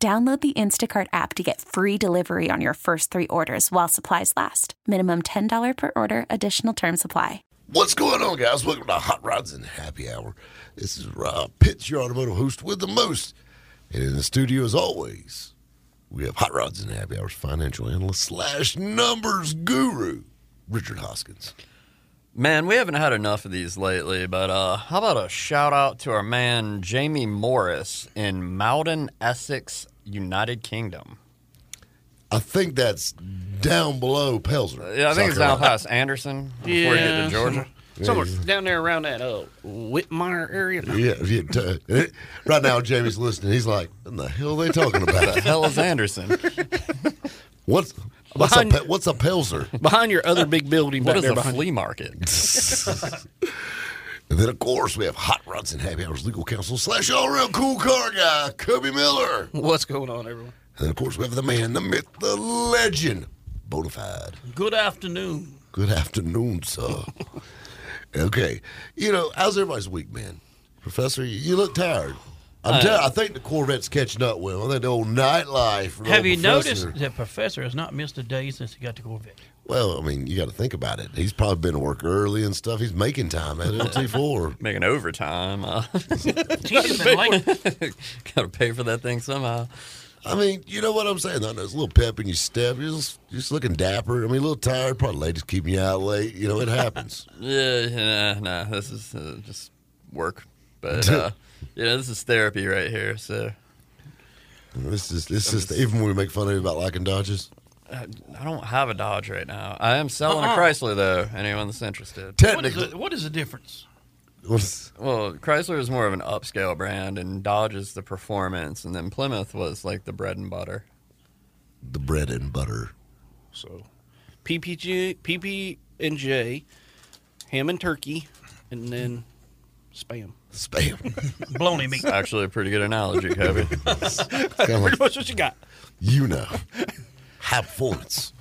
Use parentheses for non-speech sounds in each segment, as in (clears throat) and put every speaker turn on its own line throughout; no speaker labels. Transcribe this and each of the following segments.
Download the Instacart app to get free delivery on your first three orders while supplies last. Minimum $10 per order, additional term supply.
What's going on, guys? Welcome to Hot Rods and Happy Hour. This is Rob Pitts, your automotive host with the most. And in the studio, as always, we have Hot Rods and Happy Hours financial analyst slash numbers guru, Richard Hoskins.
Man, we haven't had enough of these lately, but uh, how about a shout out to our man Jamie Morris in Mouden, Essex, United Kingdom?
I think that's down below Pelzer.
Yeah, I think it's
South
down past Anderson before you get
Yeah.
to Georgia.
Somewhere down there around that uh, Whitmire area. (laughs)
Carolina. Yeah, yeah, t- right now Jamie's listening. He's like, "What in the hell are they talking
(laughs)
about?
Hell is Anderson.
What's what's a,
Behind-
pe- what's a Pelzer?"
(laughs) Behind your other big building
what
back
is
there
a
behind
flea market? (laughs)
And then, of course, we have Hot Rods and Happy Hours Legal Counsel slash all real cool car guy, Cubby Miller.
What's going on, everyone?
And then, of course, we have the man, the myth, the legend, Bonafide.
Good afternoon.
Good afternoon,
(laughs)
sir. okay. You know, how's everybody's week, man? Professor, you, you look tired.
Uh,
I'm tired. I think the Corvette's catching up with them. I think the old nightlife. the
Have
old
you
professor-
noticed that Professor has not missed a day since he got
(laughs)
to Corvette?
Well, I mean, you got to think about it. He's probably been to work early and stuff. He's making time at
(laughs)
LT4.
Making overtime. Uh, (laughs)
He's just been late.
Got to pay for that thing somehow.
I mean, you know what I'm saying? though? There's a little pep in your step. You're just, you're just looking dapper. I mean, a little tired. Probably ladies keeping you out late. You know, it happens.
Yeah, nah, nah this is uh, just work.
(laughs)
But uh, yeah, this is therapy right here. So
this is this is even when we make fun of you about liking Dodges.
I don't have a Dodge right now. I am selling
Uh-uh.
a Chrysler though. Anyone that's interested.
What is,
Technically,
the, what is the difference?
what's-
Well, Chrysler is more of an upscale brand, and Dodge is the performance, and then Plymouth was like the bread and butter.
the bread and butter.
So, PPG, PP and J, ham and turkey, and then
(laughs)
spam.
Spam.
Baloney meat.
Actually, a pretty good
(laughs)
analogy, Kobe.
(laughs) Kinda like-
Pretty much what you got.
you know, high performance.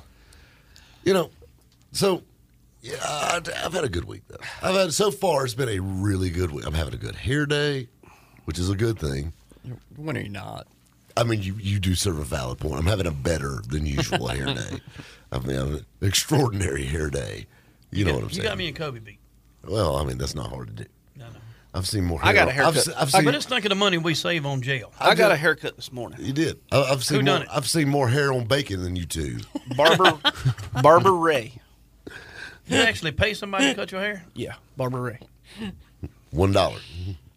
You know, so yeah, I, I've had a good week. Though. I've had so far, it's been a really good week. I'm having a good hair day, which is a good thing.
when are you not?
I mean, you, you do serve a valid point. I'm having a better than usual
(laughs)
hair day. I mean, I'm an extraordinary hair day. You know what I'm
You
saying?
got me in Kobe beat.
well, I mean, that's not hard to do.
No, no.
I've seen more. Hair
I got a
I've,
haircut.
se- I've
I-
seen.
But it's not of the money we save on jail.
I got a haircut this morning.
you did. I, I've seen.
Who
more,
done it?
I've seen more hair on bacon than you two. (laughs)
Barber, Barber Ray.
You actually pay somebody to cut your hair?
Yeah, Barber Ray.
One dollar,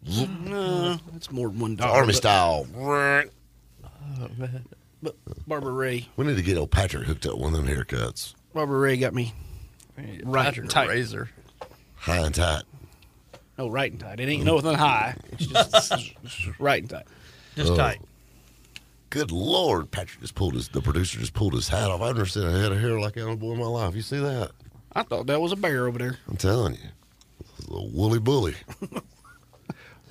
No, it's more than one dollar.
army
but-
style.
But Barber Ray,
We need to get old Patrick hooked up with one of them haircuts,
Barber Ray got me. Right
Patrick
and tight.
Razor.
high and tight.
Oh, right and tight. It ain't nothing high.
(laughs)
It's just right and tight.
Oh,
Just tight.
Good Lord, Patrick just pulled his. The producer just pulled his hat off. I've never seen a head of hair like that on a boy in my life. You see that?
I thought that was a bear over there.
I'm telling you, This is a little woolly bully.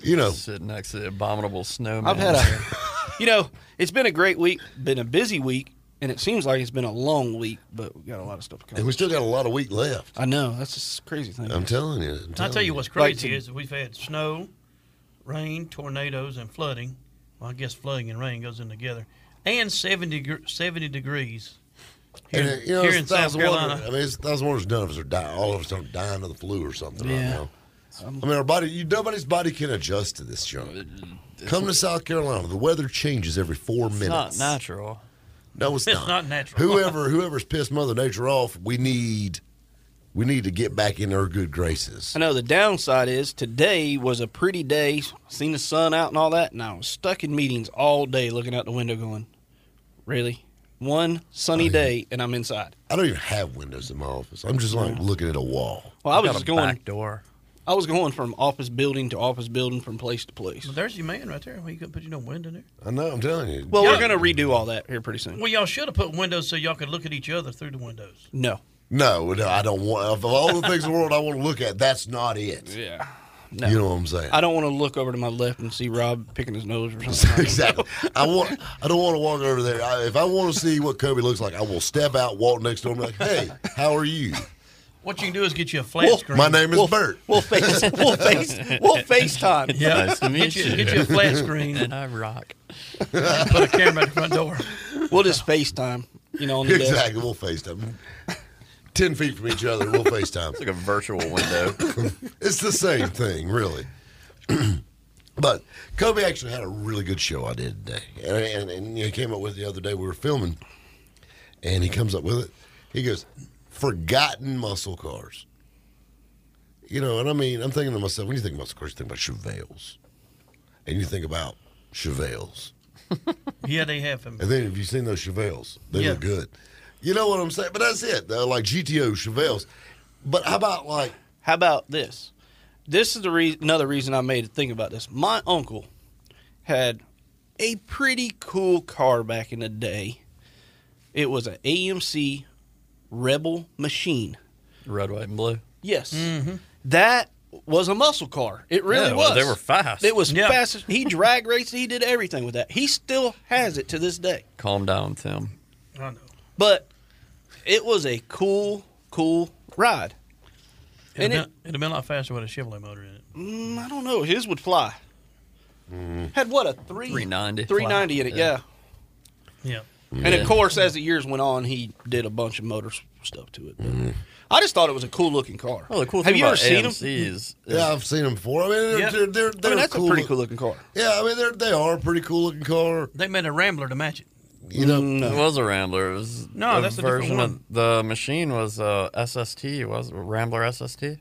you know,
Sitting next to the abominable snowman.
I've had a, (laughs) you know, it's been a great week, been a busy week, and it seems like it's been a long week, but we got a lot of stuff to
and
come.
we still got a lot of week left.
I know that's just crazy thing.
I'm telling you. I'm
I
telling
tell you what's
Like
crazy
to-
is we've had snow, rain, tornadoes, and flooding. Well, I guess flooding and rain goes in together. And 70, gr- 70 degrees here,
And, uh, you know,
here
it's
in South
thousand water-
Carolina.
I mean, it's thousand waters. None of us are dying. All of us are dying of the flu or something
Yeah.
right now.
Um,
I mean, our body. You, nobody's body can adjust to this junk. Come to South Carolina. The weather changes every four
It's not
minutes.
natural.
No, it's,
(laughs) It's
not.
not natural.
Whoever whoever's pissed Mother Nature off, we need we need to get back in her good graces.
I know the downside is today was a pretty day, seen the sun out and all that, and I was stuck in meetings all day looking out the window going, really? One sunny day and I'm inside.
I don't even have windows in my office. I'm just like looking at a wall.
Well, I was
got
just
a
going,
back door.
I was going from office building to office building, from place to place.
But there's your man right there. Well, you couldn't put your no window in there.
I know. I'm telling you.
Well,
Yeah.
we're going to redo all that here pretty soon.
Well, y'all should have put windows so y'all could look at each other through the windows.
No.
no, no, I don't want. Of all the things in the world I want to look at, that's not it.
Yeah. No.
You know what I'm (laughs) saying?
I don't want to look over to my left and see Rob picking his nose or something.
exactly. I want. I don't want to walk over there. I, if I want to see what Kobe looks like, I will step out, walk next to him, like, "Hey, how are you?
What you can do is get you a flat
Well,
screen.
My name is Bert."
We'll face. We'll face. We'll FaceTime.
Yeah.
Nice to meet
get you,
you.
Get you a
(laughs)
flat screen
And
and
I rock.
put a camera at the front door.
We'll just FaceTime. You know, on the desk.
Exactly. We'll FaceTime. Ten feet from each other, we'll FaceTime.
It's like a virtual
(coughs)
window.
It's the same thing, really. (clears throat) but Kobe actually had a really good show I did today, and, and, and he came up with it the other day. We were filming, and he comes up with it. He goes, "Forgotten muscle cars." You know, and I mean, I'm thinking to myself, when you think muscle cars, you think about Chevelles, and you think about Chevelles.
Yeah, they have them.
And then have you seen those Chevelles? They
Yeah.
look good. You know what I'm saying? But that's it. They're like GTO Chevelles. But how about like
How about this? This is the re- another reason I made a thing about this. My uncle had a pretty cool car back in the day. It was an AMC Rebel machine.
Red, white, and blue.
Yes, that was a muscle car. It really
Mm-hmm. Yeah,
was.
well, they were fast.
It was
Yeah.
fast. as- He drag raced. He did everything with that. He still has it to this day.
Calm down, Tim.
I know.
But it was a cool, cool ride.
It'd
And
have, been, it'd have been a lot faster with a Chevrolet motor in it.
Mm, I don't know. His would fly. Had what a three
390.
390 in it, yeah.
Yeah.
And
Yeah.
of course, as the years went on, he did a bunch of motor stuff to it. But I just thought it was a cool looking car.
Well, Oh, the cool
Have
thing
you
about
ever seen
AMCs
them?
is
Yeah, I've seen them before. I mean, they're,
Yeah.
they're, they're,
I
they're
mean, that's a
cool.
pretty cool looking car.
Yeah, I mean, they're, they are a pretty cool looking car.
They made a Rambler to match it.
You know,
Mm,
It was a Rambler. It was
No, that's a different
version
one.
of the machine was uh, a SST. Was it? Rambler SST?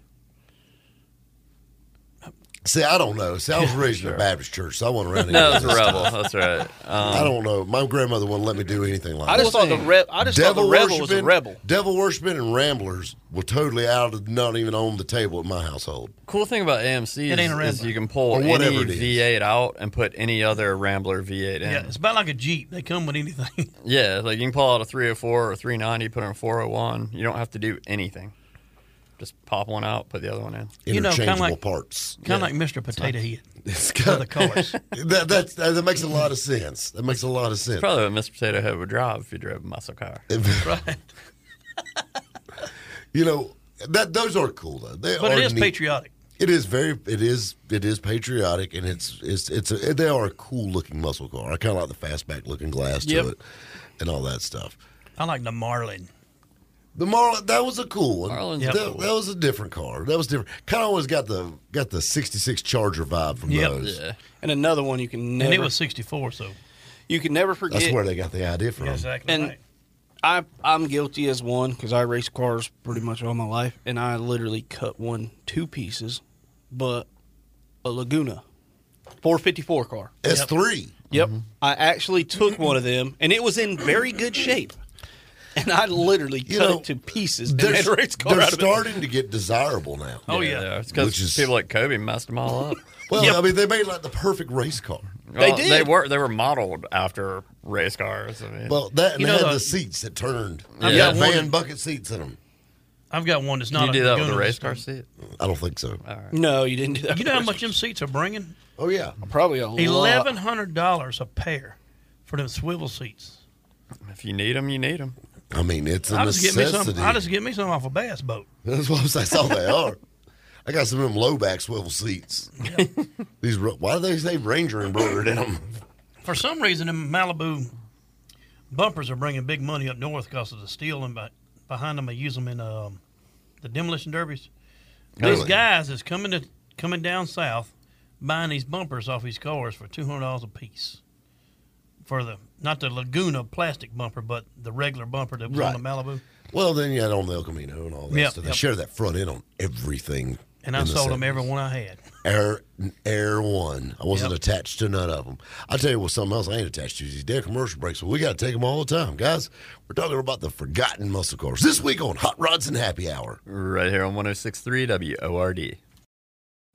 see, I don't know. See, I was raised in a Baptist church, so I went
(laughs)
around.
No,
any
it's
of
a
this
Rebel.
stuff.
(laughs) That's right. Um,
I don't know. My grandmother wouldn't let me do anything like
I
that.
just thought the
thing.
reb. I just thought the rebel was a rebel.
Devil worshiping and ramblers were totally out of not even on the table at my household.
cool thing about AMC
It ain't a
is, is
Rambler.
you can pull
Or
any
whatever it is.
V8 out and put any other Rambler V8 in.
Yeah, it's about like a Jeep. They come with anything. (laughs)
Yeah, like you can pull out a 304 or 390, put in a 401. You don't have to do anything. Just pop one out, put the other one in.
You know, kinda
Interchangeable
like-
parts.
(laughs)
Kind of like Mr. Potato Head.
It's (laughs)
(laughs)
for
got
the colors.
that, that's, that that makes a lot of sense. That makes a lot of sense.
Probably what Mr. Potato Head would drive if you drove a muscle car.
(laughs)
right.
you know, that those are cool though. They
But
are
it is
neat.
patriotic.
It is very. It is. It is patriotic, and it's. It's. It's. A, they are a cool looking muscle car. I kind of like the fastback looking glass
Yep.
to it, and all that stuff.
I like the Marlin.
The Marlin. That was a cool one.
Marlin's
that,
cool.
that was a different car. That was different. Kind of always got the got the '66 Charger vibe from
Yep.
those.
Yeah.
And another one you can never
And it was 64, so.
you can never forget.
That's where they got the idea from.
exactly.
And-
right.
I I'm guilty as one because I race cars pretty much all my life, and I literally cut one two pieces, but a Laguna, 454 car.
S three.
Yep,
Mm-hmm.
I actually took one of them, and it was in very good shape, and I literally
You
cut
know,
it to pieces. And
They're,
made a race car
they're
out of it.
starting to get desirable now.
Oh, yeah.
they are. It's
Which
because
is-
people like Kobe messed them all
(laughs)
up.
Well, I mean, they made like the perfect race car.
Well,
did.
They were they were modeled after race cars. I mean,
Well, that and
You
they
know,
had
the-
the seats that turned.
I've
Yeah,
got
van
one-
bucket seats in them.
I've got one that's
Can
not
you
a
do that with a
Laguna,
race
that's-
car seat.
I don't think so.
No, you didn't do that.
You know how
(laughs)
first.
much them seats are bringing?
Oh yeah.
Probably a lot.
Eleven hundred dollars a pair for them swivel seats.
If you need them, you need them.
I mean, it's a
I'll just get me
necessity.
some. I'll just get me some off a bass boat.
(laughs) That's what I'm saying. That's all they are. I got some of them low back swivel seats. These ro- why do they say Ranger embroidered in them?
For some reason, them Malibu bumpers are bringing big money up north because of the steel, and by, behind them, I use them in um, the demolition derbies. These
Really?
guys is coming to coming down south, buying these bumpers off these cars for two hundred dollars a piece. For the not the Laguna plastic bumper, but the regular bumper that was on the Malibu.
Well, then you had on the El Camino and all that
Yep,
stuff. They
yep.
share that front end on everything.
And I
in the
sold them
70s.
every one I had.
Air, air one. I wasn't
Yep.
attached to none of them. I tell you what, something else I ain't attached to is these damn commercial breaks. But we got to take them all the time, guys. We're talking about the forgotten
oh
muscle cars this week on Hot Rods and Happy Hour.
Right here on 106.3 WORD.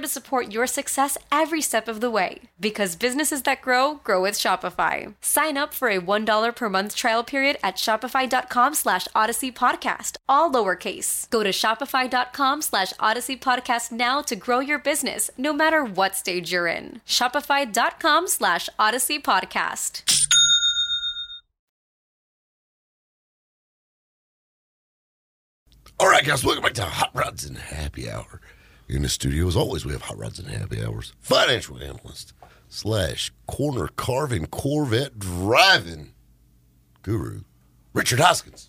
to support your success every step of the way. Because businesses that grow grow with Shopify. Sign up for a $1 per month trial period at Shopify.com slash Odyssey Podcast, all lowercase. Go to Shopify.com slash Odyssey Podcast now to grow your business, no matter what stage you're in. Shopify.com slash Odyssey Podcast.
All right, guys, welcome back to Hot Rods and Happy Hour. In the studio, as always, we have Hot Rods and Happy Hours. Financial analyst slash corner carving Corvette driving guru, Richard Hoskins.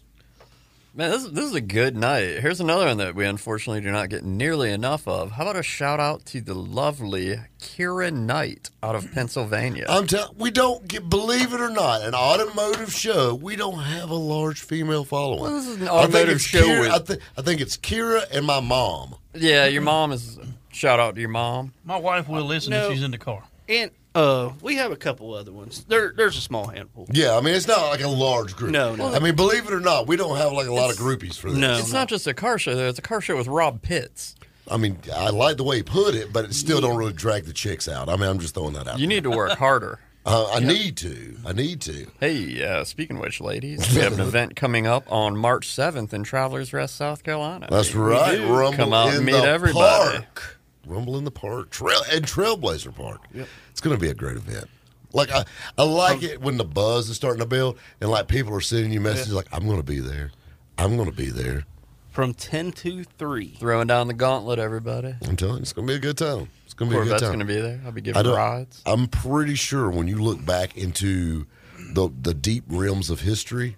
Man, this, this is a good night. Here's another one that we unfortunately do not get nearly enough of. How about a shout out to the lovely Kira Knight out of Pennsylvania?
I'm telling we don't get, believe it or not, an automotive show. We don't have a large female following.
Well, this is an
I think
automotive
it's
show
Kira-
with-
I, thi- I think it's Kira and my mom.
yeah, your mom is. Shout out to your mom.
My wife will listen
No.
if she's in the car.
And uh, we have a couple other ones. There, there's a small handful.
Yeah, I mean it's not like a large group.
No, no.
I mean, believe it or not, we don't have like a lot of groupies for this.
No.
It's not just a car show, though. It's a car show with Rob Pitts.
I mean, I like the way he put it, but it still don't really drag the chicks out. I mean, I'm just throwing that out.
You need to work harder.
uh, I need to. I need to.
Hey, uh, speaking of which, ladies, we have an event coming up on March 7th in Travelers Rest, South Carolina.
That's right.
do.
Rumble
Come out
in
and meet
the
everybody.
park. Rumble in the park. Trail and Trailblazer Park. It's going to be a great event. Like I, I like
Oh.
it when the buzz is starting to build, and like people are sending you messages like, "I'm going to be there. I'm going to be there."
From 10 to 3.
Throwing down the gauntlet, everybody.
I'm telling you, it's going to be a good time. It's going to be a good
Corvette's
time.
going to be there. I'll be
I
giving
don't,
rides.
I'm pretty sure when you look back into the the deep realms of history,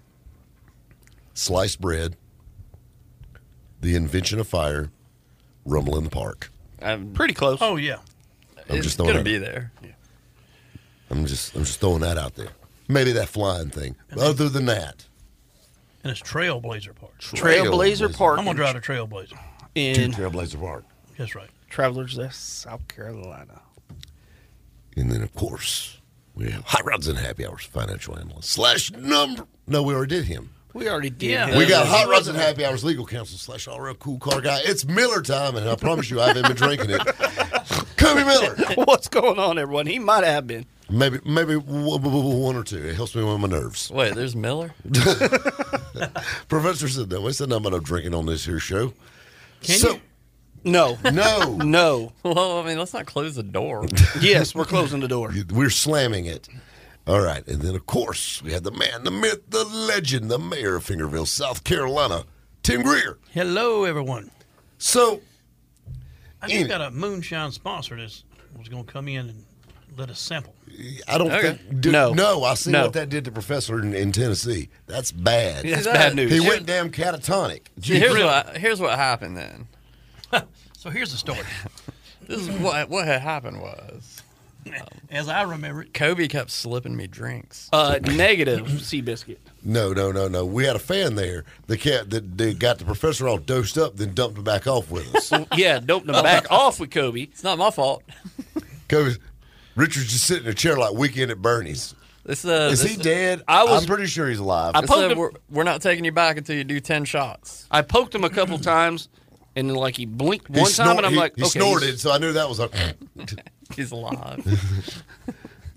sliced bread, the invention of fire, rumble in the park.
I'm,
Pretty close.
Oh, yeah.
I'm
it's
just
going
throwing
to
that.
be there.
I'm just I'm just throwing that out there. Maybe that flying thing. But other than that,
And it's Trailblazer Park.
Trailblazer
Trailblazer.
Park.
I'm going to drive to Trailblazer.
to
in
Trailblazer Park,
That's right.
Travelers Rest, South Carolina.
and then of course we have hot rods and happy hours. Financial analyst slash number. No, we already did him.
We already did.
Yeah.
have
We
Uh,
got
he
Hot Rods and Happy Hours Legal Counsel slash RL Cool Car Guy. It's Miller time, and I promise you, I haven't been drinking it. Kobe Miller.
(laughs) What's going on, everyone? He might have been.
Maybe maybe w- w- w- one or two. It helps me with my nerves.
Wait, there's Miller?
Professor said that. We said nothing about no drinking on this here show.
Can you?
(laughs) No.
(laughs)
No,
(laughs) no.
(laughs) Well, I mean, let's not close
(laughs)
the door.
Yes, we're closing the door.
we're slamming it. All right, and then of course we had the man, the myth, the legend, the mayor of Fingerville, South Carolina, Tim Greer.
Hello, everyone.
So
I just
Anyway.
got a moonshine sponsor that was going to come in and let us sample.
I don't
Okay.
think did-
No.
no. I see
No.
what that did to Professor in, in Tennessee. That's bad.
See,
That's
that-
bad news.
He went damn catatonic.
See, here's, what, here's what happened then.
So here's the story.
This is what what had happened was
as I remember it.
Kobe kept slipping me drinks.
Uh, negative Seabiscuit.
No, no, no, no. We had a fan there. The cat that that got the professor all dosed up, then dumped him back off with
(laughs)
us.
Yeah, dope them (laughs) back off with Kobe.
It's not my fault.
Kobe's Richard's just sitting in a chair like weekend at Bernie's.
This, uh,
Is
this,
he dead?
I was-
I'm pretty sure he's alive.
I
this,
poked
uh,
him,
we're, we're not taking you back until you do 10 shots.
I poked him a couple times, and then like he blinked
He
one time,
snort-
and I'm
he-
like,
he
okay,
snorted, so I knew that was a. (laughs)
He's alive.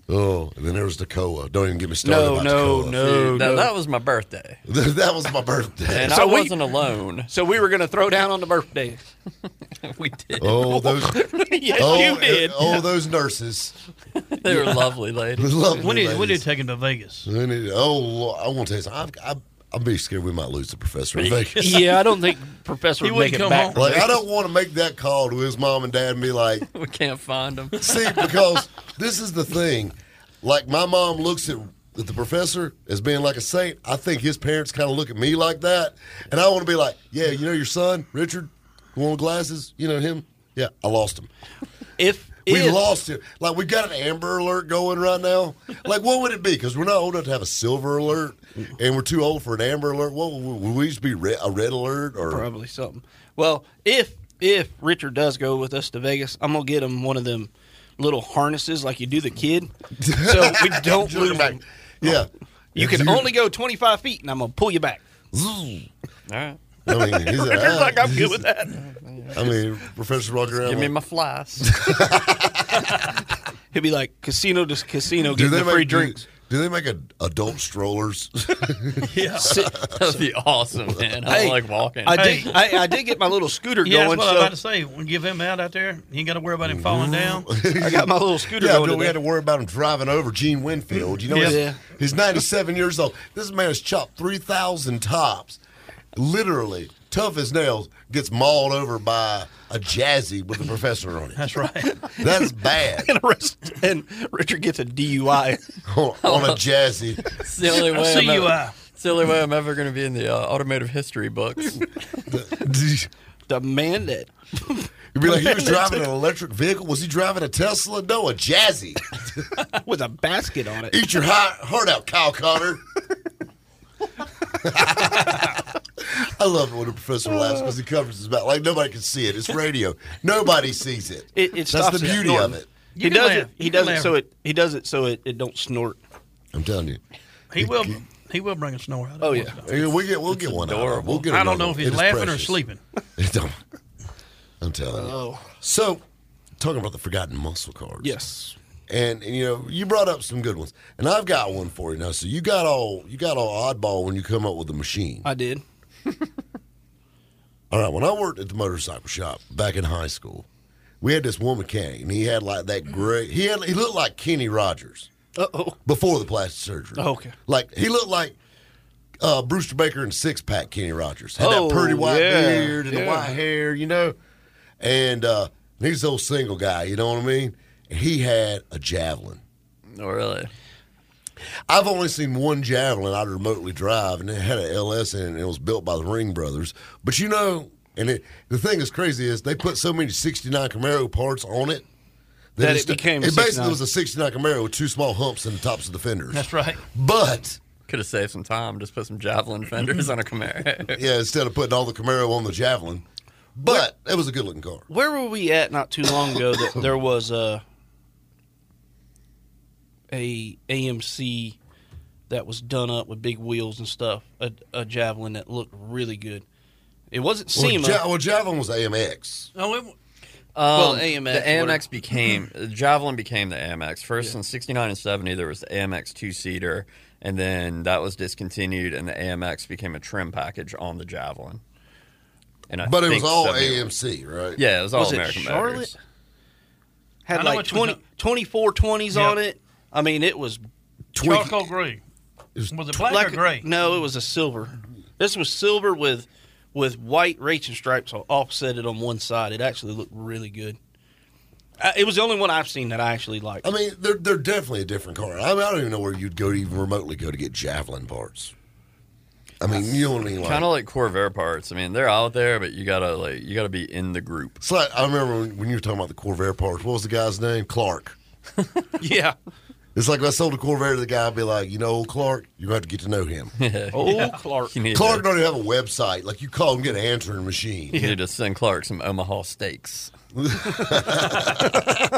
oh, and then there was the koa. Don't even get me started.
No,
about
no,
the koa.
no,
now,
no.
that was my birthday.
(laughs) that was my
(laughs)
birthday.
And
So
I
we-
wasn't alone.
(laughs) so we were gonna throw down on the
(laughs)
birthday.
We did.
Oh, those.
(laughs) yes,
oh,
you did.
oh, those nurses.
They were lovely ladies.
Lovely
When did, when did you
ladies.
take him to Vegas?
When did- oh, Lord, I want to tell you something. I'm, I'm, I'm be scared we might lose the professor in Vegas.
(laughs) yeah, I don't think Professor
He
would make
wouldn't
it
come
back.
home.
Like I don't want to make that call to his mom and dad and be like,
we can't find them.
see, because this is the thing. Like my mom looks at at the professor as being like a saint. I think his parents kind of look at me like that, and I want to be like, yeah, you know, your son Richard, who wore glasses, you know him. Yeah, I lost him.
If
We
if-
lost him. Like we got an amber alert going right now. Like what would it be? Because we're not old enough to have a silver alert, and we're too old for an amber alert. What would would we used to be red, a red alert or?
probably something. Well, if if Richard does go with us to Vegas, I'm gonna get him one of them little harnesses like you do the kid, so we don't
Look
lose
back.
him.
Yeah,
You can
You're-
only go 25 feet, and I'm gonna pull you back.
All right.
I mean,
(laughs)
he's like,
Richard's like,
"Ah."
I'm good with that.
I mean, Professor walking around.
Give me
like,
my flies.
He'll be like casino to casino,
do
getting
they
the
make
free
do- (laughs)
drinks.
Do, they make a, adult strollers?
Yeah.
that would be awesome, man. I
Hey,
don't like walking. (laughs)
I did. I, I did get my little scooter
(laughs) Yeah,
going.
that's what I was about to
so
say. We give him out out there. You ain't got to worry about him falling down.
(laughs)
I got my little scooter
yeah,
going.
but we had
today.
to worry about him driving over Gene Winfield. You know, he's,
Yeah.
he's 97 years old. This man has chopped 3,000 tops, literally tough as nails. Gets mauled over by a jazzy with a professor on it.
That's right.
That's bad
(laughs)
And (laughs) arrest- and Richard gets a (laughs) DUI.
on, on a
(laughs)
jazzy.
It's the only way
See
I'm
you.
ever,
Uh,
it's the only way I'm ever going to be in the uh, automotive history books.
Demand it.
You'd be like, he was driving an electric vehicle. Was he driving a Tesla? No, a jazzy.
with a basket on it.
Eat your hi- heart out, Kyle Connor. I love it when the professor
Uh.
laughs because he covers his mouth like nobody can see it. It's radio; nobody sees it.
It, it
That's
stops
the
it at
beauty of
Norton.
it.
He
You can
does
laugh.
it. He
You can
does it
laugh.
so it. He does it so it, it don't snort.
I'm telling you.
He will. He will bring a snore out.
Oh,
once
yeah.
in a while.
Yeah, we get we'll get one. Out. of it. We'll get
I don't
another
know if
one.
he's
It is
laughing or
precious.
sleeping.
(laughs)
Oh.
It don't- I'm telling you. So, talking about the forgotten muscle cards.
Yes.
and, and, you know you brought up some good ones, and I've got one for you now. So you got all you got all oddball when you come up with a machine.
I did.
All right, when I worked at the motorcycle shop back in high school, we had this one mechanic, and he had like that great. He had he looked like Kenny Rogers
Uh oh.
before the plastic surgery.
Oh, okay.
like he looked like uh, Brewster Baker and Six Pack Kenny Rogers had
Oh,
that pretty white
yeah,
beard and
yeah.
the white hair, you know. And uh, he's an old single guy, you know what I mean? He had a javelin.
No, Oh, really.
I've only seen one javelin I'd remotely drive, and it had an LS in it, and it was built by the Ring Brothers. But you know, and it, the thing that's crazy is they put so many '69 Camaro parts on it
That
it's-
it became a
It basically
69.
was a '69 Camaro with two small humps in the tops of the fenders.
That's right.
But
Could have saved some time. Just put some javelin fenders on
(laughs)
a Camaro.
yeah, instead of putting all the Camaro on the javelin, but it was a good-looking car.
Where were we at not too long ago that
(coughs)
there was a a AMC that was done up with big wheels and stuff, a, a javelin that looked really good. It wasn't
Well,
SEMA.
ja- well, javelin was AMX.
Oh, it,
Well,
(laughs) Um,
AMX,
The AMX
whatever.
became the Javelin became the AMX. First in '69 and '70, there was the AMX two seater, and then that was discontinued, and the AMX became a trim package on the Javelin. And I
But it was
think
all
70
AMC, right?
Yeah, it was all
Was it
American
Charlotte?
Motors.
I
had
know
like
what you was
20, 2420s on
Yeah.
it. I mean, it was
Twinkie.
charcoal gray. Was it black
like
or gray?
No, it was a silver. This was silver with with white racing stripes all offsetted on one side. It actually looked really good. I, it was the only one I've seen that I actually liked.
I mean, they're they're definitely a different car. I, mean, I don't even know where you'd go to even remotely go to get javelin parts. I mean, you know what I mean? Like,
Kind of like Corvair parts. I mean, they're out there, but you gotta like you gotta be in the group. (laughs)
it's like I remember when, when you were talking about the Corvair parts. What was the guy's name? Clark.
(laughs) Yeah.
It's like if I sold a Corvette to the guy, I'd be like, you know, old Clark, you're going to have to get to know
(laughs)
him.
Oh, Clark.
You need,
Clark
to,
don't even have a website. Like, you call and get an answering machine.
(laughs) you need to send Clark some Omaha steaks.
All
so
right,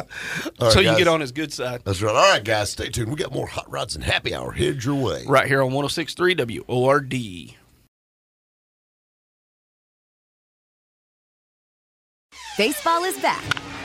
you
guys.
get on his good side.
That's right. All right, guys, stay tuned. We got more Hot Rods and Happy Hour headed your way.
Right here on 1063 WORD.
Baseball is back,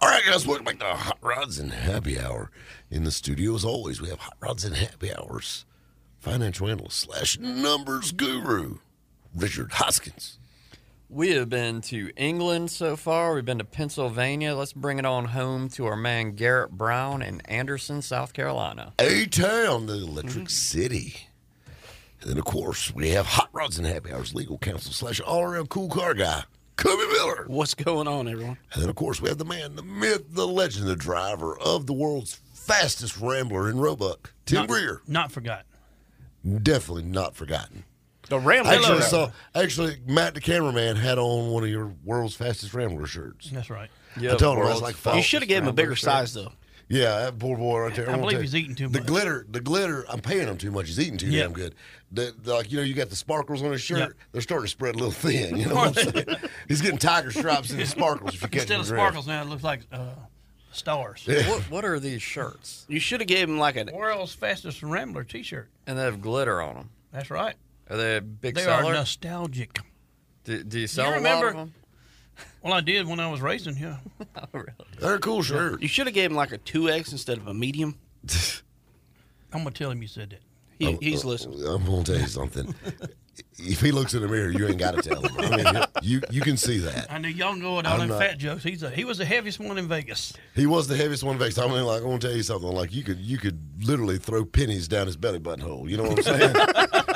All right, guys, welcome back to Hot Rods and Happy Hour. In the studio, as always, we have Hot Rods and Happy Hours financial analyst slash numbers guru, Richard Hoskins.
We have been to England so far. We've been to Pennsylvania. Let's bring it on home to our man Garrett Brown in Anderson,
(laughs)
South Carolina.
A Town, the Electric City. And then, of course, we have Hot Rods and Happy Hours legal counsel slash all around cool car guy, Cubby Miller.
What's going on, everyone?
And then, of course, we have the man, the myth, the legend, the driver of the world's fastest rambler in Roebuck, Tim Greer.
Not forgotten.
Definitely not forgotten.
The Rambler.
I actually saw. Actually, Matt, the cameraman, had on one of your world's fastest rambler shirts.
That's right.
I told him I was
world's
like,
fastest
"Fuck."
you should have gave him a
rambler
bigger
shirt.
size, though.
Yeah, that poor boy right there.
I
I'm gonna
believe
tell you.
he's eating too
the
much.
glitter, the glitter. I'm paying him too much. He's eating too
Yeah.
damn good. The, the- like you know, you got the sparkles on his shirt.
Yeah.
They're starting to spread a little thin. You know what
(laughs)
I'm saying? he's getting tiger stripes in the sparkles. If you catch
Instead
my
of
drift.
sparkles now, it looks like uh, stars.
What, what are these shirts?
You should have gave him like an.
World's fastest Rambler T-shirt.
And they have glitter on them.
That's right.
Are they a big
They
seller?
are nostalgic.
do, do you sell a
remember-
lot of
Well, I did when I was racing.
(laughs)
Yeah.
them?
They're a cool shirt.
You should have gave him like a two X instead of a medium.
I'm gonna tell him you said that.
He,
Oh,
he's listening.
Uh, I'm gonna tell you something. if he looks in the mirror, you ain't got to tell him. I mean, you you can see that.
I knew y'all can go with all
I'm
them
not-
fat jokes. He's a, he was the heaviest one in Vegas.
He was the heaviest one of Vegas. I mean, like, I want to tell you something. Like, you could you could literally throw pennies down his belly button hole. You know what I'm saying?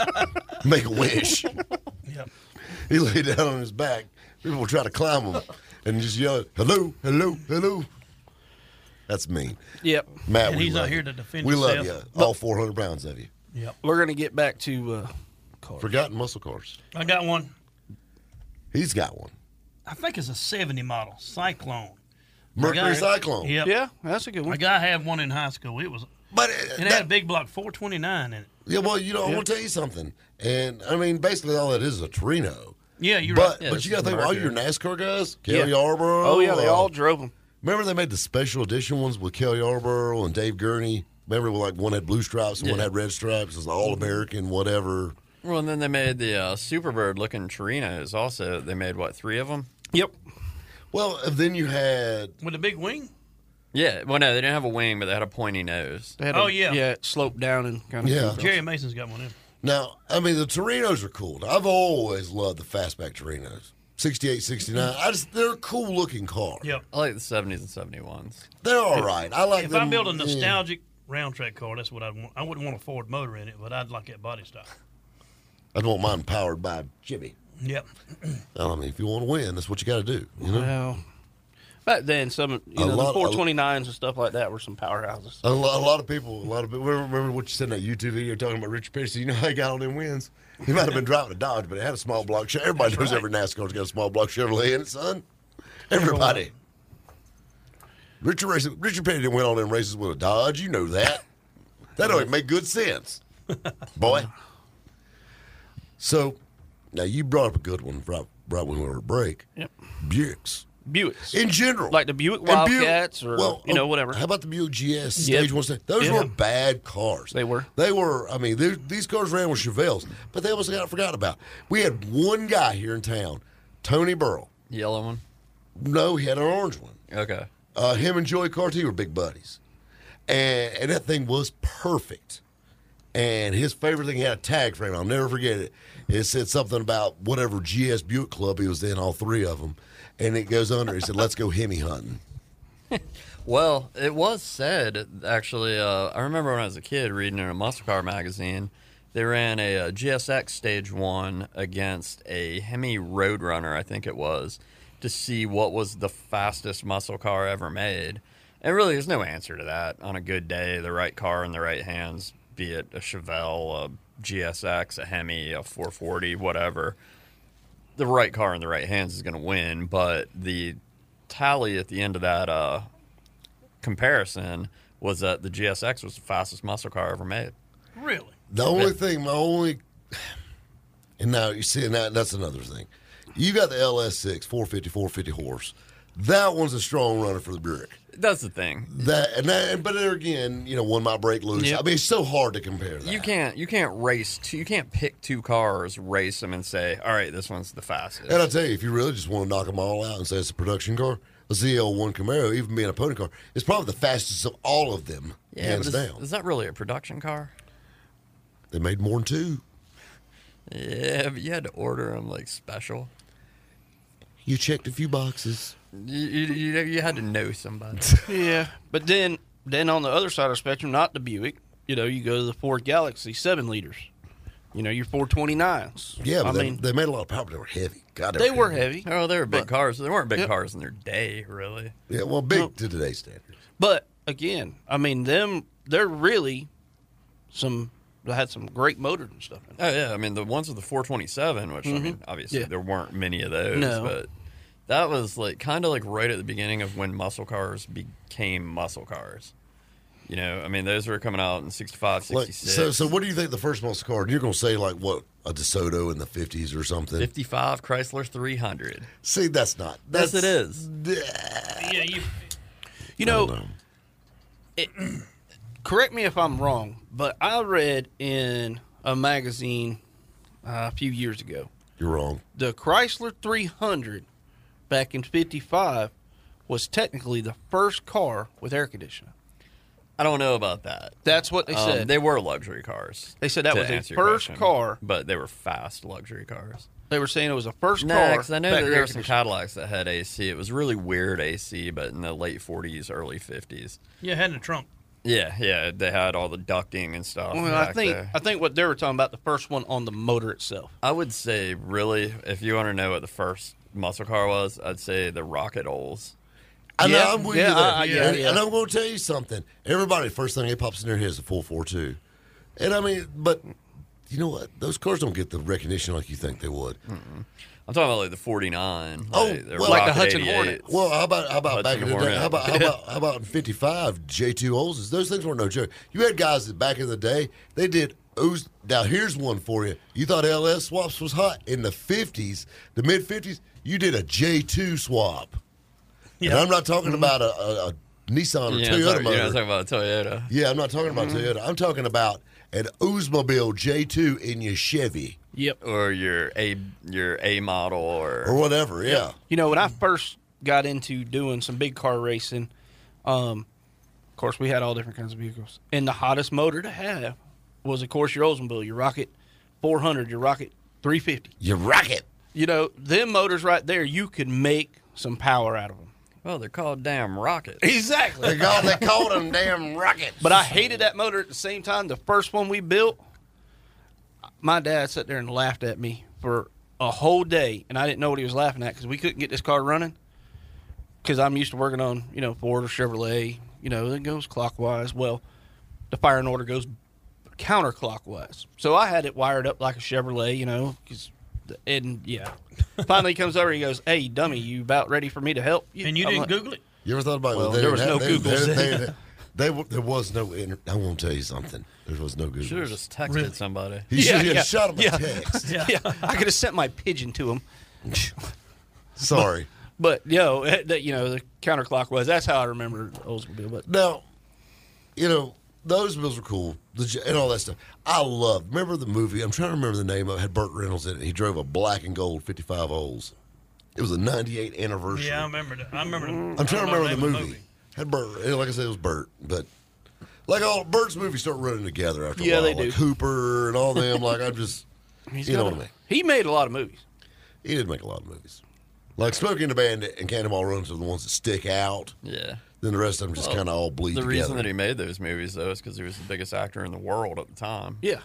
Make a wish.
Yep.
He lay down on his back. People would try to climb him and just yell, "Hello, hello, hello." That's mean,
Yep.
Matt.
And
we
he's
love
not here
you.
to defend
We love
himself.
you, all 400 pounds of you.
Yep.
We're gonna get back to. Uh, cars.
Forgotten muscle cars.
I got one.
He's got one.
I think it's a '70 model Cyclone.
Mercury
got it.
Cyclone.
Yep.
Yeah, that's a good
A
one.
guy had one in high school. It was
But uh, it,
it had a big block 429 in it.
yeah, well, you know, I want to tell you something. And I mean, basically, all that is a Torino.
Yeah, you're
But
right.
but you got to think all your NASCAR guys, Kelly
Yeah.
Yarborough.
Oh yeah, they
uh,
all drove them.
Remember they made the special edition ones with Kelly Yarborough and Dave Gurney. Remember, like one had blue stripes and one
Yeah.
had red stripes. It was
Mm-hmm.
all American, whatever.
Well, and then they made the uh, Superbird looking Torinos also. They made, what, three of them?
Yep.
Well, and then you had
With a big wing?
Yeah. Well, no, they didn't have a wing, but they had a pointy nose.
They had
Oh,
a-
yeah.
Yeah, it sloped down and kind of.
Yeah.
Jerry Mason's got one in.
now. I mean, the Torinos are cool. Now, I've always loved the fastback Torinos. 68, 69. I just they're a cool looking car.
Mm-hmm. Yep.
I like the 70s and 71s.
They're all right. I like
If
them.
I build a
yeah.
nostalgic round track car, that's what I'd want. I wouldn't want a Ford motor in it, but I'd like that body style.
I don't want mine powered by Jimmy.
Yep.
Well, I mean, if you want to win, that's what you got to do. You know,
Well, back then, some you
A
know
lot-
the 429s and stuff like that were some powerhouses.
a, lo- a lot of people, a lot of people. Remember what you said in that YouTube video talking about Richard Petty? You know how he got all them wins. He might have been driving a Dodge, but it had a small block. Chevy. Everybody knows every NASCAR's got a small block Chevrolet in it, son. Everybody. Richard race, Richard Petty didn't win all them races with a Dodge. You know that. That don't even make good sense, boy. So, now you brought up a good one right, right when we were at break.
Yep.
Buicks.
Buicks.
in general,
Like the Buick
And Buick-
Wildcats or, you know,
oh,
whatever.
How about the Buick GS
Yep.
stage one? Stage? Those
Yeah.
were bad cars.
They were.
They were. I mean, they- these cars ran with Chevelles, but they almost got forgot about. We had one guy here in town, Tony Burl.
Yellow one?
No, he had an orange one.
Okay.
Uh, him and Joey Cartier were big buddies, and and that thing was perfect. And his favorite thing he had a tag frame. I'll never forget it. It said something about whatever GS Buick club he was in, all three of them, and it goes under. He said, "Let's go Hemi hunting."
Well, it was said actually. Uh, I remember when I was a kid reading in a muscle car magazine, they ran a, uh GSX Stage One against a Hemi Roadrunner, I think it was, to see what was the fastest muscle car ever made. And really, there's no answer to that. On a good day, the right car in the right hands, be it a Chevelle, a GSX, a Hemi, a 440, whatever the right car in the right hands is going to win, but the tally at the end of that uh, comparison was that the GSX was the fastest muscle car ever made.
Really?
The only thing, my only, and now you see, and that, that's another thing. You got the LS6 450 450 horse. That one's a strong runner for the Buick.
That's the thing.
That and that, but there again, you know, one might break loose.
Yep.
I mean, it's so hard to compare that.
You can't you can't race two, you can't pick two cars, race them, and say, all right, this one's the fastest.
And I tell you, if you really just want to knock them all out and say it's a production car, a ZL1 Camaro, even being a pony car, it's probably the fastest of all of them,
yeah, but
hands
is,
down.
is that really a production car?
They made more than two.
Yeah, but you had to order them like special.
You checked a few boxes.
You you, you, you had to know
(laughs)
somebody.
Yeah, but then then on the other side of the spectrum, not the Buick. You know, you go to the Ford Galaxy seven liters. You know, your four twenty nines.
Yeah, but
I
they,
mean
they made a lot of power. but They were heavy. God,
they were heavy.
oh, they were big cars. They weren't big
Yep.
cars in their day, really.
Yeah, well, big to today's standards.
But again, I mean them they're really some they had some great motors and stuff in them.
Oh yeah, I mean the ones with the 427, which I mean obviously
Mm-hmm. Yeah.
there weren't many of those,
No.
but that was like kind of like right at the beginning of when muscle cars became muscle cars. You know, I mean those were coming out in 65,
Like,
66.
so, so what do you think the first muscle car? You're gonna say like what a DeSoto in the fifties or something?
55 Chrysler 300.
See, that's not. That's
Yes, it is.
Yeah, you.
I
You know,
don't know.
correct me if I'm wrong, but I read in a magazine uh, a few years ago
You're wrong.
the Chrysler 300 back in 55 was technically the first car with air conditioning.
I don't know about that.
That's what they
Um,
said.
they were luxury cars.
They said that
to
was the
answer your
first
question,
car.
but they were fast luxury cars.
They were saying it was the first
No,
car.
because I know
back
that
with
there
air
were some
conditioning.
Cadillacs that had AC. It was really weird AC, but in the late 40s, early 50s.
Yeah, had in the trunk.
Yeah, yeah, they had all the ducting and stuff.
Well, I
back
think
there.
I think what they were talking about the first one on the motor itself.
I would say really, if you want to know what the first muscle car was, I'd say the Rocket Oles.
I know
Yeah,
I'm with
yeah,
you there.
I- I- yeah,
and,
yeah.
and I'm going to tell you something. Everybody, first thing that pops in their head is a 442. And I mean, but you know what? Those cars don't get the recognition like you think they would.
I'm talking about like the 49.
Oh,
like,
well, like the
Hudson
88s.
Hornet.
Well, how about how about back in
Hudson
the day?
Hornet.
How about how about how about in '55 J2 Olses? Those things were no joke. You had guys that back in the day they did. O's, now here's one for you. You thought LS swaps was hot in the '50s, the mid '50s. You did a J2 swap, and
Yeah.
I'm not talking about a, a, a Nissan or
yeah, I'm
Toyota
talking,
motor.
yeah, Mm-hmm. I'm talking about a Toyota.
Yeah, I'm not talking about Toyota. I'm talking about an Oldsmobile J2 in your Chevy
Yep.
Or your A your A model
or
or
whatever. Yeah.
You know, when I first got into doing some big car racing, um, of course we had all different kinds of vehicles, and the hottest motor to have was, of course, your Oldsmobile, your Rocket 400, your Rocket 350.
You rock it.
You know, them motors right there, you could make some power out of them.
well, they're called damn rockets.
They
Exactly.
called, they
(laughs)
called them damn rockets.
but I hated that motor at the same time. The first one we built, my dad sat there and laughed at me for a whole day, and I didn't know what he was laughing at because we couldn't get this car running. Because I'm used to working on, you know, Ford or Chevrolet. You know, it goes clockwise. Well, the fire and order goes counterclockwise. So I had it wired up like a Chevrolet, you know, 'cause the and
(laughs)
yeah. Finally, he comes over. He goes, "Hey, dummy, you about ready for me to help you?"
And you
I'm
didn't
like,
Google it?
You ever thought about
Well,
they
there
didn't
was
have-
no
they-
Google.
They, they, they, were- there was no. Inter- I won't tell you something. There was no Google.
Should have just texted
Really?
somebody.
He should
Yeah,
have
yeah,
shot him a
yeah.
text.
Yeah.
(laughs) Yeah, I could have sent my pigeon to him.
(laughs) Sorry.
But you know, it- (laughs) that, you know, the counterclockwise. That's how I remember Oldsmobile. But
Now, you know, those bills were cool the, j- and all that stuff. I love. Remember the movie? I'm trying to remember the name of it. Had Burt Reynolds in it. He drove a black and gold 55 Olds. It was a 98 anniversary.
Yeah, I remember that. I remember.
I'm trying to remember the movie. Had Bert, and like I said, it was Bert, but like all Bert's movies start running together after a
Yeah,
while.
they
like
do.
Hooper and all
(laughs)
them. like I'm just,
he's
you know what
got a-
I mean.
He made a lot of movies.
He did make a lot of movies, like Smoking the Bandit and Cannonball Runs are the ones that stick out.
Yeah.
Then the rest of them just kind of all bleed
The
together.
reason that he made those movies, though, is because he was the biggest actor in the world at the time.
Yeah.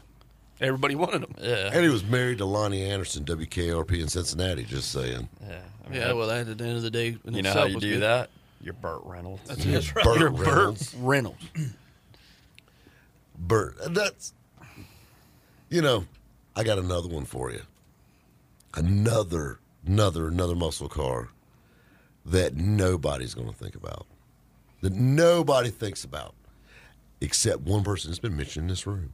Everybody wanted them.
Yeah.
and he was married to Lonnie Anderson, WKRP in Cincinnati. Just saying,
Yeah. I mean,
Yeah, well, that at the end of the day, in
you know how
itself
you
was
do
good.
that? You're Burt Reynolds.
That's
Burt
You're
Reynolds.
Burt Reynolds.
Bert. That's, you know, I got another one for you. Another, another, another muscle car that nobody's going to think about, that nobody thinks about, except one person that's been mentioned in this room,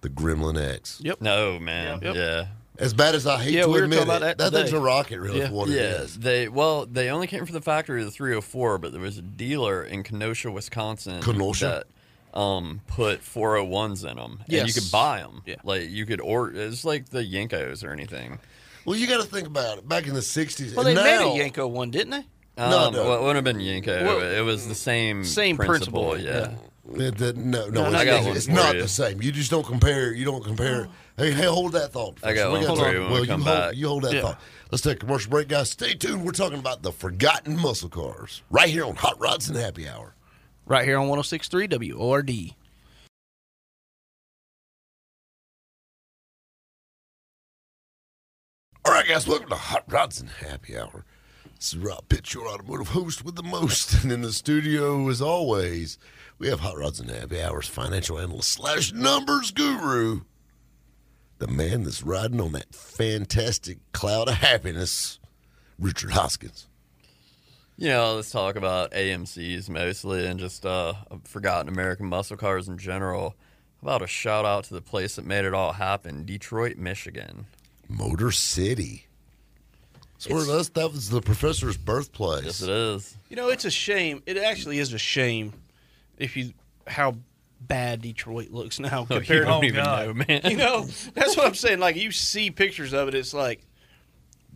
the Gremlin X.
Yep.
no, man.
Yep.
Yeah.
As bad as I hate
Yeah,
to
we were
admit
talking
it,
about that
that thing's
today.
a rocket, really,
Yeah.
for what it
Yeah,
is.
they well, they only came from the factory of the 304, but there was a dealer in Kenosha, Wisconsin,
Kenosha?
that um, put 401s in them, and
Yes.
you could buy them.
Yeah.
like you could order. It's like the Yankos or anything.
Well, you got to think about it. Back in the '60s,
Well, they
and
made
now,
a Yanko one, didn't they?
Um,
No, no.
Well, it wouldn't have been Yanko.
Well,
it was the same
same
principle.
principle,
yeah.
yeah.
It, that- no, no,
No,
it's,
I got
it's-
one
it's
for
not
you.
the same. You just don't compare. You don't compare. Hey, hey, hold that thought.
I got
We
one
got
for
time.
you when we
Well,
come
hold,
back.
you hold that
Yeah.
thought. Let's take a commercial break, guys. Stay tuned. We're talking about the forgotten muscle cars right here on Hot Rods and Happy Hour.
Right here on 1063 WORD.
All right, guys, welcome to Hot Rods and Happy Hour. This is Rob Pitts, your automotive host with the most. (laughs) And in the studio, as always, we have Hot Rods and Happy Hours financial analyst slash numbers guru, the man that's riding on that fantastic cloud of happiness, Richard Hoskins.
You know, let's talk about AMCs mostly and just uh, forgotten American muscle cars in general. How about a shout out to the place that made it all happen, Detroit, Michigan?
Motor City. Swear to us, that was the professor's birthplace.
Yes, it is.
You know, it's a shame. It actually is a shame if you how bad Detroit
(laughs)
looks now
you
compared
don't
oh,
even
God.
know, man.
you know, that's what I'm saying. Like you see pictures of it, it's like,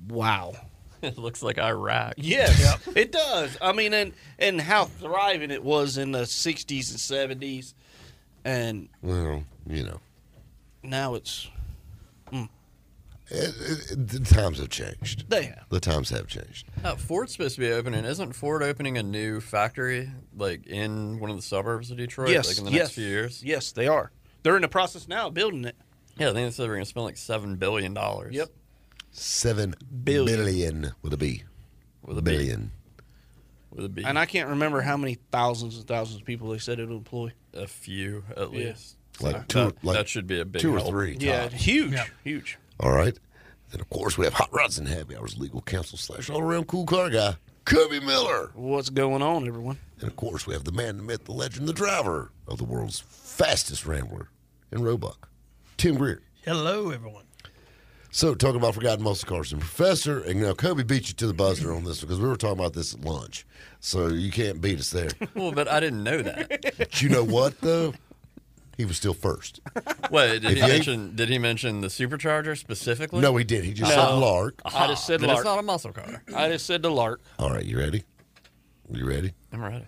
wow.
(laughs) it looks like Iraq.
Yes, it does. I mean, and and how thriving it was in the '60s and '70s, and
Well, you know,
now it's
it, it, the times have changed.
they have.
The times have changed.
Uh, Ford's supposed to be opening. Isn't Ford opening a new factory like in one of the suburbs of Detroit?
Yes,
like in the
yes,
next few years.
Yes, they are. They're in the process now of building it.
Yeah, I think they said they're going to spend like seven billion dollars.
Yep.
Seven billion
Billion.
with a B.
with a B-
billion.
with a B,
And I can't remember how many thousands and thousands of people they said it'll employ.
a few at
Yeah.
least.
Like two,
that,
like
that should be a big
two or
help.
three.
Yeah,
tops.
huge,
Yeah.
huge.
All right. Then of course we have Hot Rods and Happy Hours legal counsel slash all around cool car guy Cubby Miller,
What's going on, everyone?
and of course we have the man, the myth, the legend, the driver of the world's fastest rambler in Roebuck, Tim Greer.
Hello, everyone.
So talking about forgotten muscle cars and Professor, and now Kobe beat you to the buzzer on this because we were talking about this at lunch, so you can't beat us there.
Well, but I didn't know that.
(laughs)
but you know what though? He was still first.
Wait, did he
you ain't-
mention? Did he mention the supercharger specifically?
No, he did. He just said
No.
Lark.
I just said
Then it's
Lark.
not a muscle car.
I just said the Lark.
All right, you ready? You ready?
I'm ready.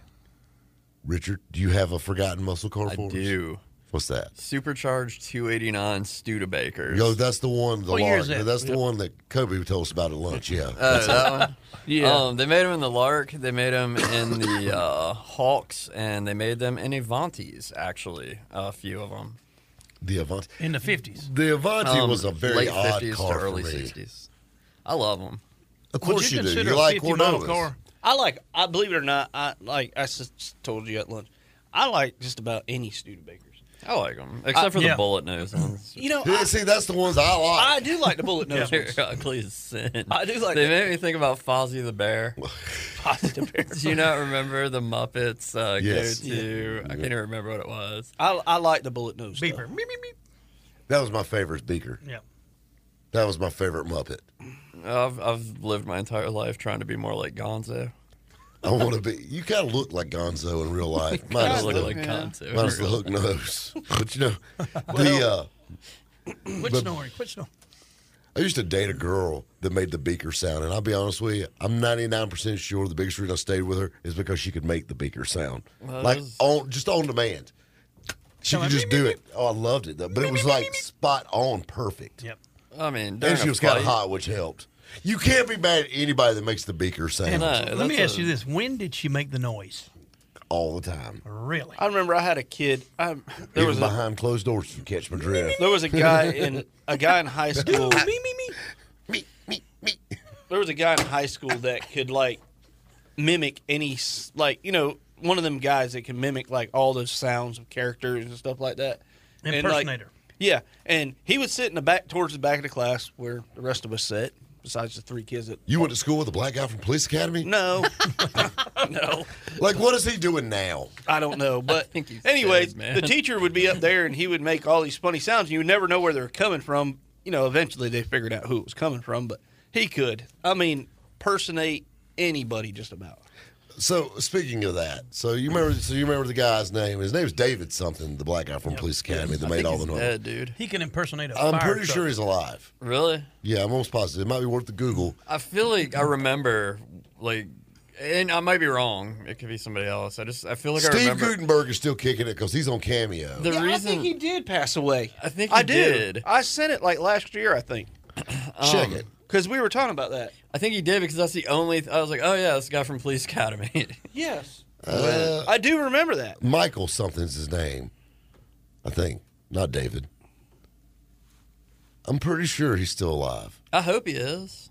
Richard, do you have a forgotten muscle car
I
for us?
do.
What's that?
Supercharged 289 Studebaker.
Yo, that's the one, the
What year
Lark.
is that?
That's the one that Kobe told us about at lunch. Yeah.
(laughs) Oh, that one? Um, they made them in the Lark. They made them in
(laughs)
the uh, Hawks, and they made them in Avantis. Actually, a few of them.
the Avanti.
In the 50s.
The Avanti
Um,
was a very
late
odd
50s
car
to early
for me.
60s. I love them.
Of course
Would you,
you, do.
consider
You
a
like
50 model
Cordovas.
car?
I like. I believe it or not. I like. I s- told you at lunch. I like just about any Studebakers.
I like them, except for the
yeah.
bullet nose
(laughs)
ones.
You know,
(laughs) Yeah,
I,
see, that's the ones I like.
I do like the (laughs) bullet nose
They're (laughs)
ones.
ugly as sin.
(laughs) I do like
They
that.
made me think about Fozzie
(laughs)
the Bear.
Positive air.
Do you not remember the Muppets uh,
Yes.
go to? I can't even remember what it was.
I, I like the bullet nose.
Beeper.
stuff.
Meep, meep,
that was my favorite Beaker.
meep. Yeah.
That was my favorite Muppet.
I've, I've lived my entire life trying to be more like Gonzo.
I want to be. You kind of look like Gonzo in real
(laughs)
life.
I
Minus
just look
the,
like Gonzo.
minus the hook nose. But
(laughs)
you know, the uh,
Quit snoring. Quit snoring.
I used to date a girl that made the beaker sound, and I'll be honest with you, I'm 99% sure the biggest reason I stayed with her is because she could make the beaker sound,
Well,
like
those-
on just on demand. She
Come
could
on,
just
beep,
do
beep,
it. Oh, I loved it though, but it was like spot on perfect.
Yep.
I mean, during
And she
a
was kind
fight-
of hot, which helped. You can't be mad at anybody that makes the beaker sound
No,
Let me
that's
ask
a-
you this: When did she make the noise?
all the time.
Really?
I remember I had a kid. I, there
Even
was a,
behind closed doors from Catch My Drift.
there was
(laughs)
a guy in a guy in high school.
me, me, me.
there was a guy in high school that could like mimic any s- like you know one of them guys that can mimic like all those sounds of characters and stuff like that. And, like,
Impersonator.
yeah, and he would sit in the back towards the back of the class where the rest of us sat, besides the three kids that.
You went to school with a black guy from Police Academy? (laughs)
No, (laughs) no,
Like, what is he doing now?
I
(laughs)
don't know. But
think he's
anyways,
dead, man.
the teacher would be up there and he would make all these funny sounds. and You would never know where they were coming from. You know, eventually they figured out who it was coming from, but he could. I mean, personate anybody just about.
So speaking of that, so you remember, so you remember the guy's name? His name's David something, the black guy from Police Academy that
I
made
think
all
he's
the noise.
dead, dude.
He can impersonate a
I'm
fire
pretty
truck.
sure he's alive.
Really?
Yeah, I'm almost positive. It might be worth the Google.
I feel like I remember, like, and I might be wrong. It could be somebody else. I just I feel like I
Steve
remember.
Gutenberg is still kicking it because he's on Cameo.
The
Yeah, I
reason
think he did pass away.
I think
I
he
do.
did.
I sent it like last year, I think,
Check it.
because we were talking about that.
I think he did because that's the only. I was like, oh yeah, this guy from Police Academy. (laughs)
Yes,
Uh,
I do remember that.
Michael something's his name, I think. Not David. I'm pretty sure he's still alive.
I hope he is.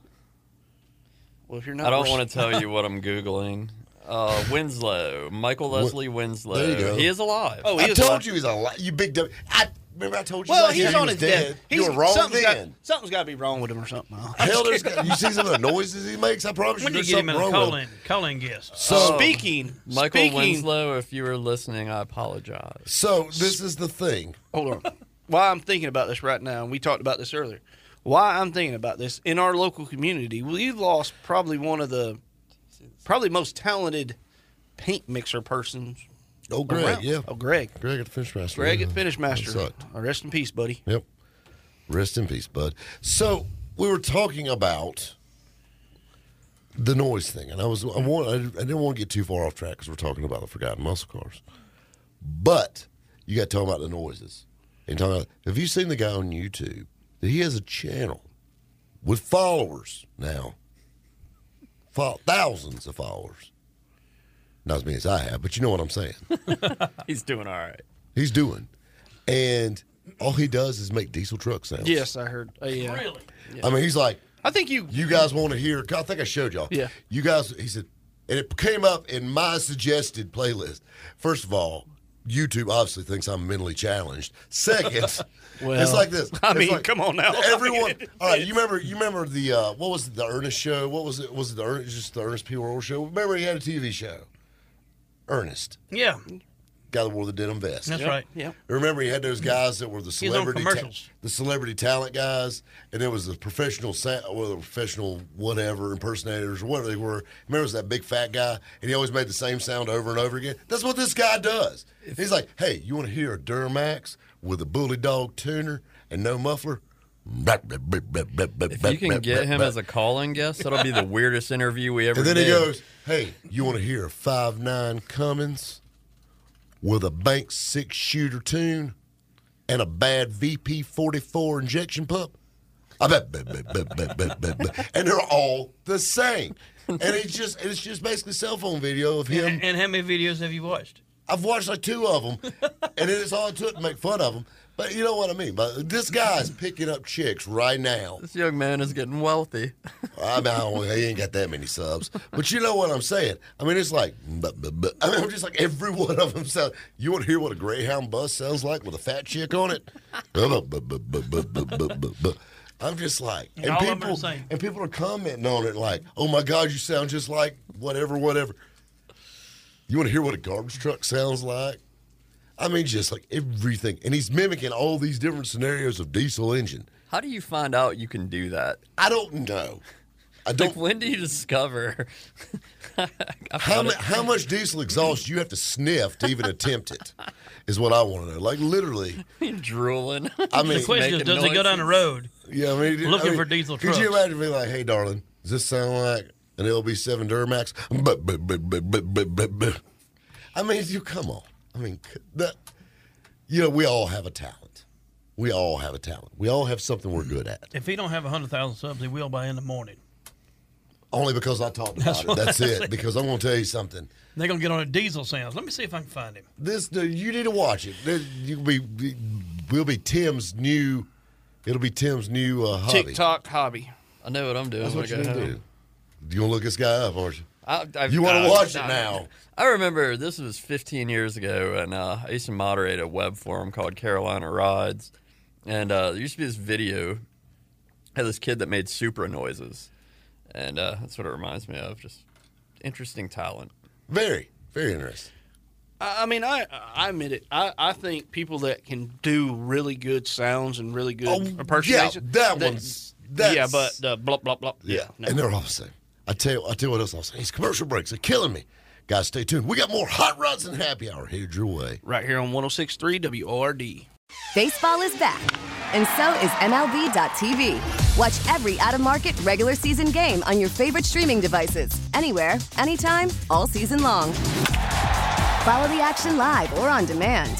Well, if you're not,
I
(laughs)
don't want to tell you what I'm googling. Uh, Winslow, Michael Leslie Winslow.
There you go.
He is alive.
Oh, he
I
is
told
alive.
you he's alive. You big dummy. I remember I told you.
Well,
last
he's
year he
on
was
his death.
You
He's-
were wrong
something's got-
then.
something's got to be wrong with him or something. I'll-
Hell, there's got- you see some of the noises he makes. I promise
When
you,
did
there's
you get him in
something
a
wrong with
call-in
him.
call-in guest?
So
speaking,
Michael
speaking,
Winslow, if you were listening, I apologize.
So this is the thing.
Hold on. Why I'm thinking about this right now, and we talked about this earlier. Why I'm thinking about this in our local community, we've lost probably one of the probably most talented paint mixer persons.
Oh, Greg,
around.
yeah.
Oh, Greg.
Greg at the Finish Master.
Greg
yeah.
at Finish Master.
That sucked.
Uh, Rest in peace, buddy.
Yep. Rest in peace, bud. So we were talking about the noise thing, and I was I want I didn't want to get too far off track because we're talking about the forgotten muscle cars, but you got to talk about the noises and talking about. Have you seen the guy on YouTube? He has a channel with followers now, Fol- thousands of followers. Not as many as I have, but you know what I'm saying.
He's doing all right.
He's doing, and all he does is make diesel truck sounds.
Yes, I heard. Uh, yeah.
Really?
I mean, he's like,
I think you.
you guys want to hear? I think I showed y'all.
Yeah.
You guys, he said, and it came up in my suggested playlist. First of all, YouTube obviously thinks I'm mentally challenged.
(laughs)
Second, it's like this.
I
It's
mean,
like
come on now. (laughs)
Everyone, all right. You remember? You remember the uh, what was it? The Ernest show? What was it? Was it the Ernest? Just the Ernest P. Worrell show? Remember he had a TV show. Ernest,
Yeah,
guy that wore the denim vest.
that's right.
Yeah.
Remember, he had those guys that were the
on
celebrity, ta-
commercials.
the celebrity talent guys, and there was the professional, sa- well, the professional whatever impersonators or whatever they were. Remember, it was that big fat guy, and he always made the same sound over and over again. That's what this guy does. He's like, "Hey, you want to hear a Duramax with a bully dog tuner and no muffler?"
If you can get him as a calling guest, that'll be the weirdest interview we ever.
And then he
did.
goes, "Hey, you want to hear a five nine Cummins with a bank six shooter tune and a bad VP forty four injection pump?" I bet, bet, bet, bet, bet, bet, bet, bet. and they're all the same. And it's just it's just basically cell phone video of him.
And, and how many videos have you watched?
I've watched like two of them, and it's all it took to make fun of them. But you know what I mean. But this guy's picking up chicks right now.
This young man is getting wealthy.
I mean, I don't, he ain't got that many subs, but you know what I'm saying. I mean, it's like, but, but, but. I mean, I'm just like every one of them sounds. You want to hear what a Greyhound bus sounds like with a fat chick on it? (laughs) But, but, but, but, but, but, but, but, but. I'm just like, and
All of 'em are
people,
the same.
and people are commenting on it like, oh my God, you sound just like whatever, whatever. You want to hear what a garbage truck sounds like? I mean, just like everything, and he's mimicking all these different scenarios of diesel engine.
How do you find out you can do that?
I don't know. I don't
Like, when do you discover? (laughs)
How, mu- how much diesel exhaust you have to sniff to even attempt it is what I want to know. Like literally,
drooling.
I mean,
The question is,
making
does he go down the
noises.
road?
yeah, I mean,
Looking
I mean,
for diesel
Could you
trucks.
imagine being like, "Hey, darling, does this sound like an LB7 Duramax?" But, but, but, but, but, but, but, but. I mean, you come on. I mean, c- that, you know, we all have a talent. We all have a talent. We all have something we're good at.
If he don't have hundred thousand subs, he will by in the morning.
Only because I talked about it. That's it. Because I'm going to tell you something.
They're gonna get on a diesel sounds. Let me see if I can find him.
This dude, you need to watch it. This- You'll be, be- will be Tim's new. It'll be Tim's new uh, hobby.
TikTok hobby.
(laughs) I know what I'm doing
That's
when
what
I
you
go
need to
home.
do. You gonna look this guy up, aren't you?
I, I,
You wanna
I-
watch it
I-
now.
I remember this was 15 years ago, and uh, I used to moderate a web forum called Carolina Rides, and uh, there used to be this video had this kid that made Supra noises, and uh, that's what it reminds me of. Just interesting talent.
Very, very interesting.
I, I mean, I I admit it. I, I think people that can do really good sounds and really good
Oh,
impersonation.
yeah, that one's-
yeah,
that's-
but the blah blah blah.
Yeah,
no.
and they're all the same. I tell you, I tell you what else I'll say. These commercial breaks are killing me. Guys, stay tuned. We got more hot rods and happy hour headed your way.
right here on 106.3 WORD.
Baseball is back, and so is MLB.tv. Watch every out of market regular season game on your favorite streaming devices, anywhere, anytime, all season long. Follow the action live or on demand.